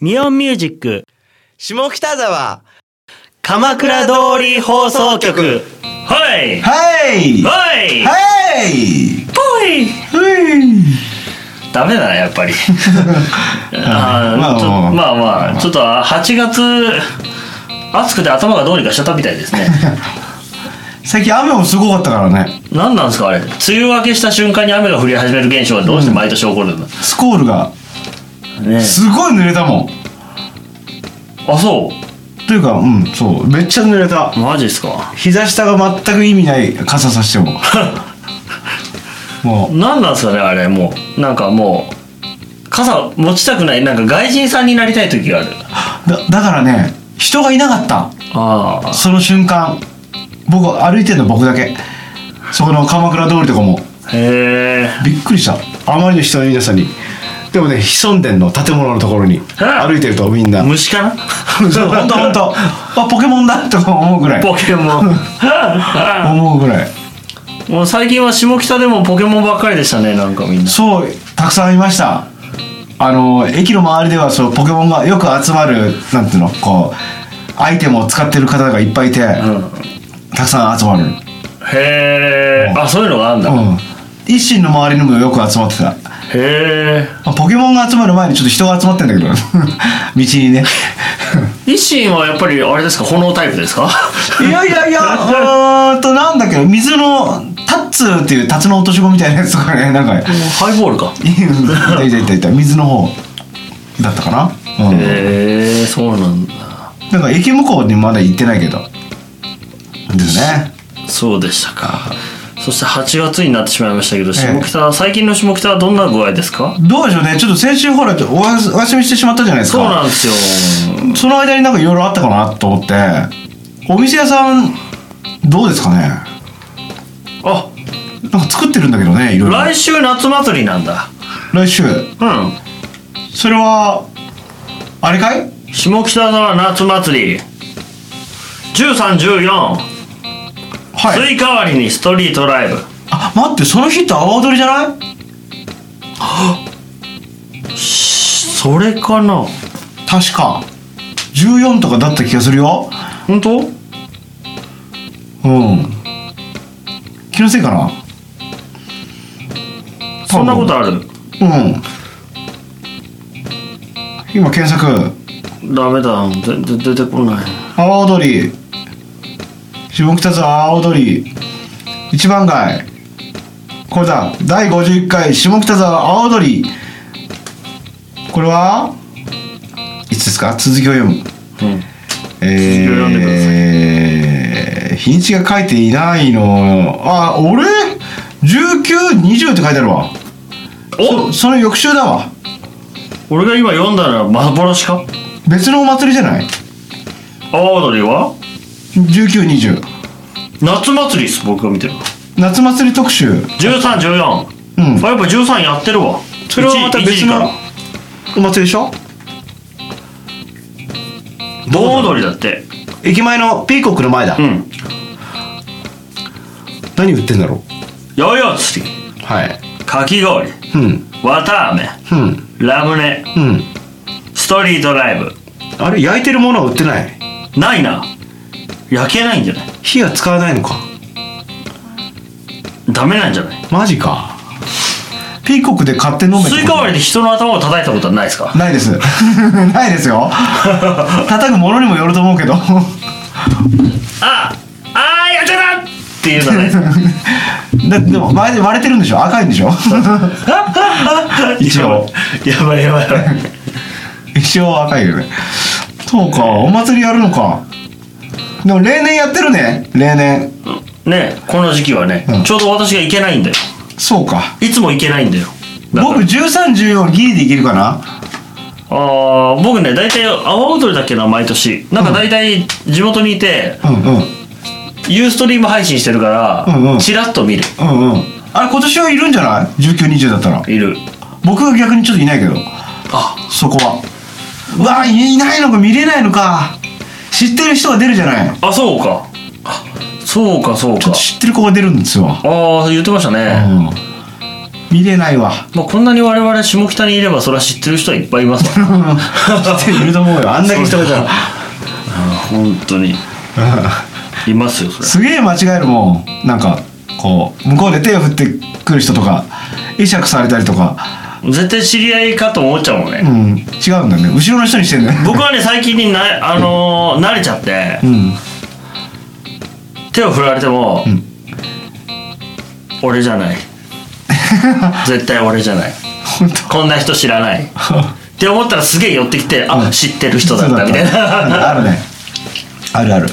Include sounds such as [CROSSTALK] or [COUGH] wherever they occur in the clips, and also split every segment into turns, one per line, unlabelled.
ミオンミュージック
下北沢
鎌倉通り放送局はい
はい
はい
はい
ぽいダメだなやっぱ [LAUGHS] りあー
まあ
ちょ
まあ
まあまあちょっと8月暑くて頭がどうにかしちゃったみたいです [LAUGHS] ね
最近雨もすごかったからね
何なんですかあれ梅雨明けした瞬間に雨が降り始める現象はどうして毎年起こるの、
スコールが
ね
すごい濡れたもん
あそう
というかうんそうめっちゃ濡れた
マジですか
膝下が全く意味ない傘さしてもも
何なんですかねあれもうなんかもう傘持ちたくないなんか外人さんになりたい時がある
うだだからね人がいなかった
ああ
その瞬間僕歩いてんの僕だけそこの鎌倉通りとかも
へえ
びっくりしたあまりの人の皆さんにでもね潜んでんの建物のところに
あ
歩いてるとみんな
虫 [LAUGHS] かな
そう本当本当 [LAUGHS] あポケモンだとか思うぐらい
ポケ [LAUGHS] モン
思うぐらい
もう最近は下北でもポケモンばっかりでしたねなんかみんな
そうたくさんいましたあの駅の周りではそうポケモンがよく集まるなんていうのこうアイテムを使ってる方がいっぱいいて、
うん
たくさん集まる
へえあそういうのがあんだ、
うん一心の周りにもよく集まってた
へえ
あポケモンが集まる前にちょっと人が集まってんだけど [LAUGHS] 道にね
維新はやっぱりあれですか炎タイプですか
いやいや [LAUGHS] いやうーんとなんだっけ水のタッツーっていうタツの落とし子みたいなやつとかねなんか
ハイボールか
いたいたいたいた水の方だったかな、う
へ
ん
えそうなんだ
なんか駅向こうにまだ行ってないけどですね
そうでしたかそして8月になってしまいましたけど下
ええ
北、最近の下北はどんな具合ですか
どうでしょうねちょっと先週ほらおやすお休みしてしまったじゃないですか
そうなんですよ
その間になんかいろいろあったかなと思ってお店屋さんどうですかね
あ
なんか作ってるんだけどねいろいろ
来週夏祭りなんだ
来週
うん
それはあれかい
下北沢夏祭り1314
はい
スイ代わりにストリートライブ
あ待ってその日って阿波踊りじゃない
それかな
確か14とかだった気がするよ
本当
うん気のせいかな
そんなことある
うん今検索
ダメだ全然出てこない
阿波踊り下北沢阿波踊り一番街これだ第51回下北沢阿波踊りこれはいつですか続きを読む
うん
え
続きを読んでください
ー日にちが書いていないのあ俺1920って書いてあるわ
お
その翌週だわ
俺が今読んだのは幻か
別のお祭りじゃない
阿波踊りは
1920
夏祭りです僕が見てる
夏祭り特集うん
1314、あやっぱ13やってるわ
それはまた
1
別
時か
の
ら
お祭りでしょ
盆踊りだって
駅前のピーコックの前だ、
うん
何売ってんだろ
ヨーヨー釣り
うはい
かき氷
うん
わたあめ
うん
ラムネ
うん
ストリートライブ
あれ焼いてるものは売ってない
ないな焼けないんじゃない
火は使わないのか
ダメなんじゃない
マジかピーコックで買って飲めってこと
スイカ割りで人の頭を叩いたことはないですか
ないです [LAUGHS] ないです
[LAUGHS]
よ叩くものにもよると思うけど [LAUGHS]
ああーやっちゃったっていうじゃないですか
だってでも割れ割れてるんでしょ赤いんで
[LAUGHS]
しょ [LAUGHS] 一応
やばいやばいやばい
一応赤いよねそうかお祭りやるのかでも例年やってるね例年 [LAUGHS]
ねこの時期はね、
うん
ちょうど私が行けないんだよ
そうか
いつも行けないんだよだから
僕1314ギリでいけるかな
あー僕ね大体阿波踊りだっけな毎年なんか大体地元にいて、
うんうん
ユーストリーム配信してるから、
うんうん
チラッと見る
うんうんあれ今年はいるんじゃない ?1920 だったら
いる
僕が逆にちょっといないけど
あ
そこはうわいないのか見れないのか知ってる人が出るじゃない
あそうかあそうかそうか
知ってる子が出るんですよ、
ああ言ってましたね、
うん、見れないわ
まあ、こんなに我々下北にいればそれは知ってる人はいっぱいいますわ [LAUGHS]
知 [LAUGHS] ってるいると思うよあんだけ人がいたら
本当に
[LAUGHS]
いますよそれ
すげえ間違えるもんなんかこう向こうで手を振ってくる人とか会釈されたりとか
絶対知り合いかと思っちゃうもんね、
うん違うんだよね後ろの人にしてんだよ
僕はね最近にな、あのー慣れちゃって
うん
手を振られても、
ん
俺じゃない絶対俺じゃない
本
こんな人知らないって思ったらすげえ寄ってきて、あ知ってる人
当
だったみたい
[LAUGHS]
な
あるねあるある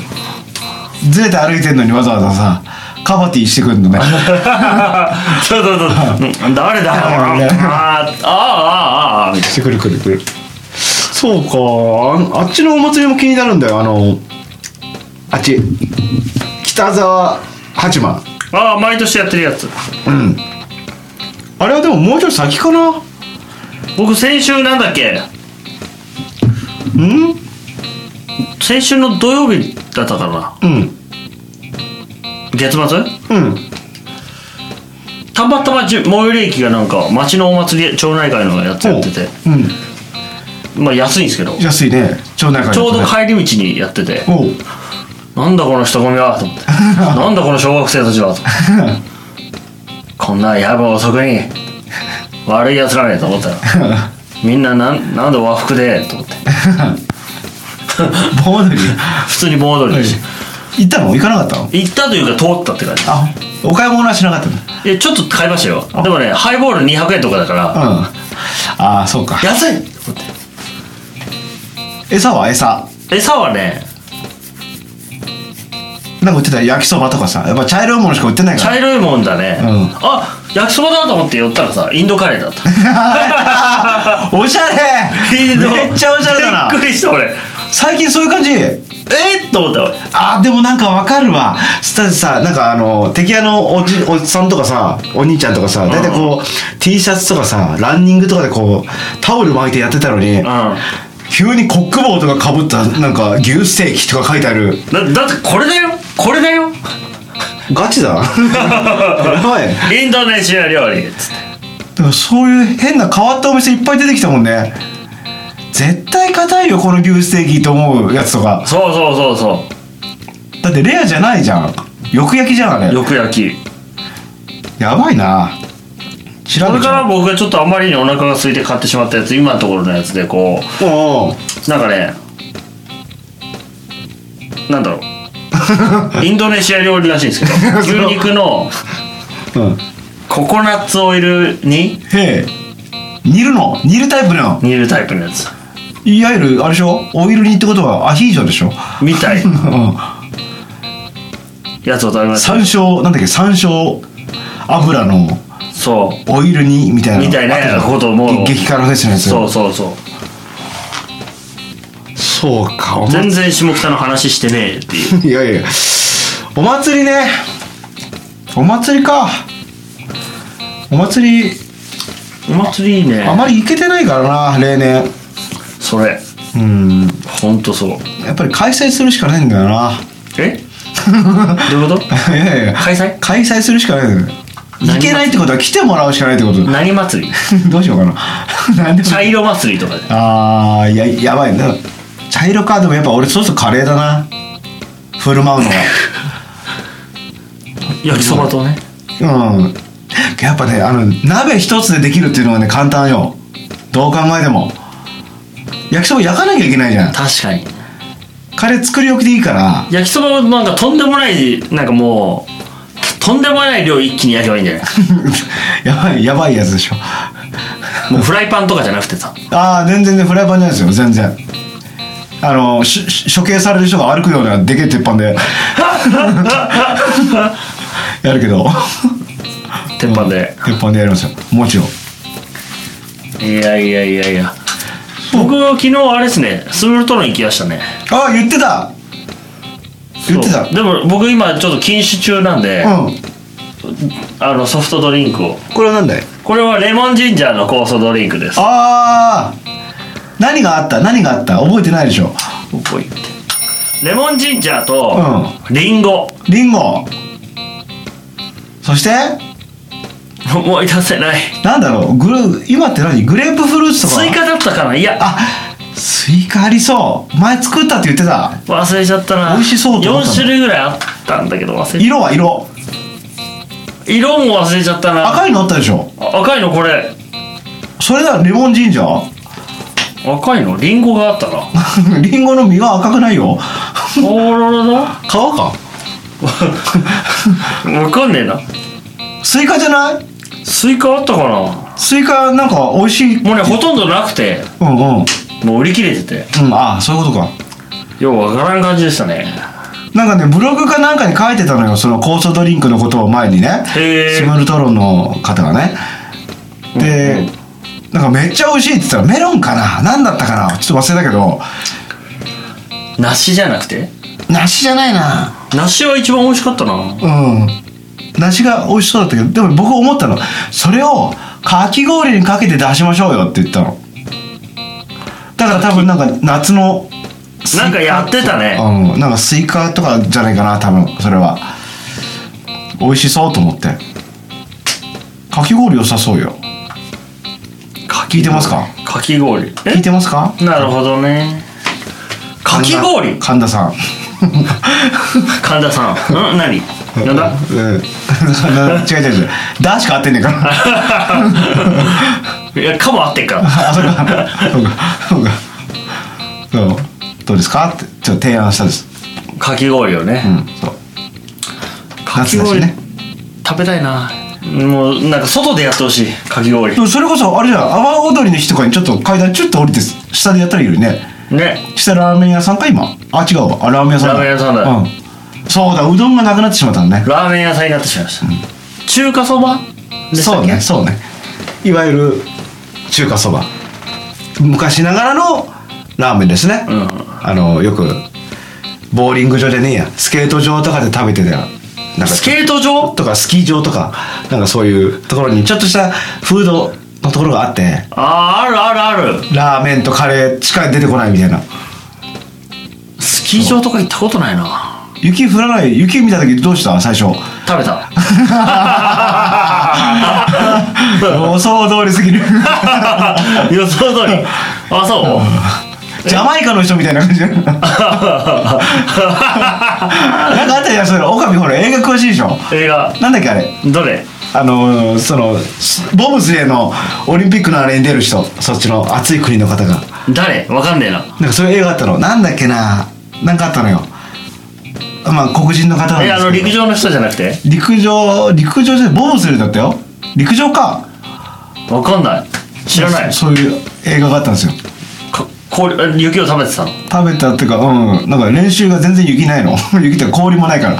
ずれて歩いてんのにわざわざさカバティしてくんのね
そうそうそううん誰だよあ
誰だよ
ーあーあーあーみたい
してくるくるくるそうかああっちのお祭りも気になるんだよあのあっち北沢八幡
なああー毎年やってるやつ
うんあれはでももうちょっと先かな
僕先週なんだっけ
うん
先週の土曜日だったかな
うん
月末
うん
たまたまじゅ最寄り駅がなんか町のお祭り町内会のやつやってて
うん
まあ安いんですけどち
安いね町内会
ょうど帰り道にやってて [LAUGHS]
おう
なんだこの人混みはと思って
[LAUGHS]
なんだこの小学生たちはと思ってこんなやば遅くに悪いやつらねと思ったらみんななんなんで和服でと思って
盆踊り
普通に盆踊りでし
行ったの行かなかったの
行ったというか通ったって感じ
あお買い物はしなかったの
いやちょっと買いましたよでもねハイボール200円とかだから
うんああそうか
安いと思って
餌は餌
餌はね
なんか売ってた焼きそばとかさやっぱ茶色いものしか売ってないか
茶色いもんだね、
うん
あ焼きそばだと思って寄ったらさインドカレーだった
ら [LAUGHS] おしゃれ [LAUGHS]
[LAUGHS]
めっちゃおしゃれだ
びっ
な
くりした俺え
最近そういう感じ
っと思った俺
あーでもなんかわかるわだってさなんかあの敵屋のおじおじさんとかさお兄ちゃんとかさ大体こう、T シャツとかさランニングとかでこうタオル巻いてやってたのに、
う
急にコック帽とかかぶったなんか牛ステーキとか書いてある
んだだってこれだよこれだ
[LAUGHS]
よ
ガ
[LAUGHS]
チだやばいだ
インドネシア料理つって
からそういう変な変わったお店いっぱい出てきたもんね絶対硬いよこの牛ステーキと思うやつとか
そうそうそうそ
だってレアじゃないじゃんよく焼きじゃんあ
う
れ
よく焼き
やばいな調
こ
べ
れ
ち
か
ゃ
ら
う
僕がちょっとあまりにお腹が空いて買ってしまったやつ今のところのやつでこ
おうおう
うなんかねなん
[LAUGHS]
だろうインドネシア料理らしいんですけど牛肉の
うん
ココナッツオイルに
へえ煮るの煮るタイプの
煮るタイプのやつ
いわゆるあれでしょオイル煮ってことはアヒージョでしょ
みたい
うん
やつを食べました
山椒なんだっけ山椒油の
そ
オイル煮みたいなの
みたいな
あったじゃん
ことをもう
激辛フェスのや
う
つ
そうそうそう
そうかおま
全然下北の話してねえっていう
いやいやお祭りねお祭りかお祭り
お祭りいいね
あまり行けてないからな例年
それ
うん
ほんとそう
やっぱり開催するしかないんだよな [LAUGHS]
えどういうこと
いやいや
開催
開催するしかないんだよ
何
行けないってことは来てもらうしかないってことだ
何祭 [LAUGHS] り
[LAUGHS] どうしようかな [LAUGHS] 何でも
茶色祭りとかで
あーややばいな茶色かでもやっぱ俺そうするとカレーだな振る舞うの
焼きそばとね
はうんやっぱねあの鍋一つでできるっていうのはね簡単よどう考えても焼きそば焼かなきゃいけないじゃん
確かに
カレー作り置きでいいから [LAUGHS]
焼きそばもなんかとんでもないなんかもうとんでもない量一気に焼けばいいん [LAUGHS] じゃない
やばいやばいやつでしょ
もうフライパンとかじゃなくてさ
ああ全然全然フライパンじゃないですよ全然あのしし処刑される人が歩くようなでけえ鉄板でやるけど
鉄板で、
鉄板でやりますよもちろん
いやいやいやいや僕は昨日あれですねスールトロン行きましたね
ああ言ってた言ってた
そうでも僕今ちょっと禁酒中なんで、
うん
あのソフトドリンクを
これは何だい
これはレモンジンジャーの酵素ドリンクです
あー何があった何があった覚えてないでしょ
覚えてレモンジンジャーとリンゴ
リンゴそして
思い出せない
なんだろうグル今って何グレープフルーツとか
スイカだったかないや
あスイカありそう前作ったって言ってた
忘れちゃったな
美味しそうと思ったの
4種類ぐらいあったんだけど忘れ
色は色
色も忘れちゃったな
赤いのあったでしょ
あ赤いのこれ
それだレモンジンジャー
赤いのリンゴがあったな
[LAUGHS] リンゴの実は赤くないよ
おろろだ
皮か
[LAUGHS] わかんねえな
スイカじゃない
スイカあったかな
スイカなんか美味しいうん
もうねほとんどなくて
うんうん
もう売り切れてて
ああそういうことか
ようわからん感じでしたね
なんかねブログかなんかに書いてたのよその酵素ドリンクのことを前にね
へー
シムルトロンの方がねで、なんかめっちゃ美味しいって言ったらメロンかな何だったかなちょっと忘れたけど
梨じゃなくて
梨じゃないな
梨は一番美味しかったな
うん梨が美味しそうだったけどでも僕思ったのそれをかき氷にかけて出しましょうよって言ったのだから多分なんか夏のスイカ
なんかやってたね
うんなんかスイカとかじゃないかな多分それは美味しそうと思ってかき氷良さそうよ聞いてますか
かき氷え
聞いてますか
なるほどねかき氷
神田神田さん
神田さんうん何なんだ
うん
[LAUGHS]
違う違う違う「だ」しか合ってんねえから
いやかもあってっから
あそうかそうかそうかそうどうですかってちょっと提案したんです
かき氷をね、
うんそう
かき氷
夏だしね
食べたいなもうなんか外でやってほしいかき氷
でもそれこそあれじゃん阿波踊りの日とかにちょっと階段ちょっと降りて下でやったらいいよね
ね
下ラーメン屋さんか今あ違うわあラーメン屋さん
ラ
だ
ーメン屋さんだ
うん、そうだうどんがなくなってしまったのね
ラーメン屋さんになってしまいました、中華そばでした
そ
っ
う
け
ねそうねいわゆる中華そば昔ながらのラーメンですね、
ん
あのよくボーリング場じゃねえやスケート場とかで食べてたよなんか
スケート場
とかスキー場とかなんかそういうところにちょっとしたフードのところがあって
あーあるあるある
ラーメンとカレーしか出てこないみたいな
スキー場とか行ったことないな
雪降らない雪見た時どうした最初
食べ
[LAUGHS]
た
[LAUGHS] 予想通り
[LAUGHS]
すぎる
予想通りあそう
ジャマイカの人みたいな感じなんかあったじゃんそれオカミほら映画詳しいでしょ
[LAUGHS] 映画
なんだっけあれ
どれ
あのーそのボブスレーのオリンピックのあれに出る人そっちの暑い国の方が
誰わかんねえな
なんかそういう映画あったのなんだっけななんかあったのよまあ黒人の方なん
え
で
あ
す
の
け
陸
ど
上の人じゃなくて
陸上陸上じゃないボブスレーだったよ陸上か
わかんない知らない
そういう映画があったんですよ
か氷え雪を食べてたの
食べたっていうかうんなんか練習が全然雪ないの [LAUGHS] 雪っていうか氷もないから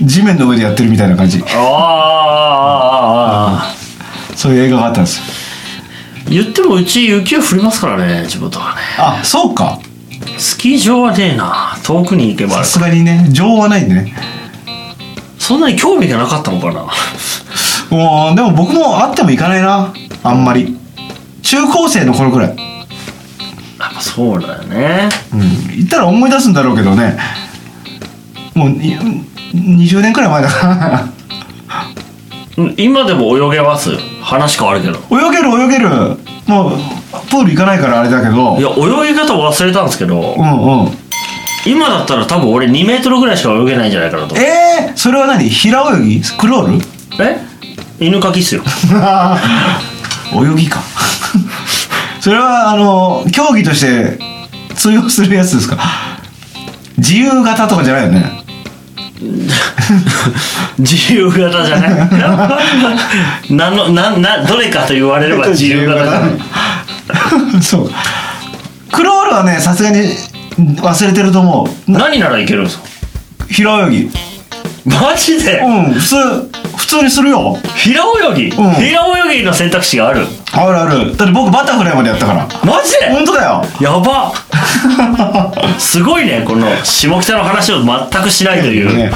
地面の上でやってるみたいな感じ
あーあーあーあーあー
そういう映画があったんですよ
言ってもうち雪は降りますからね地元はね
あそうか
スキー場はねえな遠くに行けばある
さすがにね情はないんでね
そんなに興味がなかったのかな
もうでも僕もあってもいかないなあんまり中高生の頃くらい
やっぱそうだよね
うん行ったら思い出すんだろうけどねもうい20年くらい前だから [LAUGHS]
うん今でも泳げます話変わるけど
泳げる泳げるもうプール行かないからあれだけど
いや泳ぎ方忘れたんですけど
うんうん
今だったら多分俺2メートルぐらいしか泳げないんじゃないかなと
えー、それは何平泳ぎクロール
え犬かきっすよ [LAUGHS]
[LAUGHS] 泳ぎかそれはあの競技として通用するやつですか自由形とかじゃないよね
自由形じゃない [LAUGHS] 何のなんなどれかと言われれば自由形じゃない
[LAUGHS] そうクロールはねさすがに忘れてると思う
何ならいけるんですか
平泳ぎうん
マジで
普通普通にするよ
平泳ぎ、
ん
平泳ぎの選択肢がある
あるあるだって僕バタフライまでやったから
マジで、
本当だよ
やばすごいねこの下北の話を全くしないという、
ね、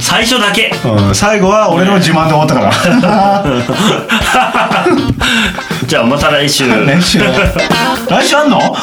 最初だけ
うん、最後は俺の自慢で終わった
[LAUGHS]
から [LAUGHS]
じゃあまた来週
来週来週あんの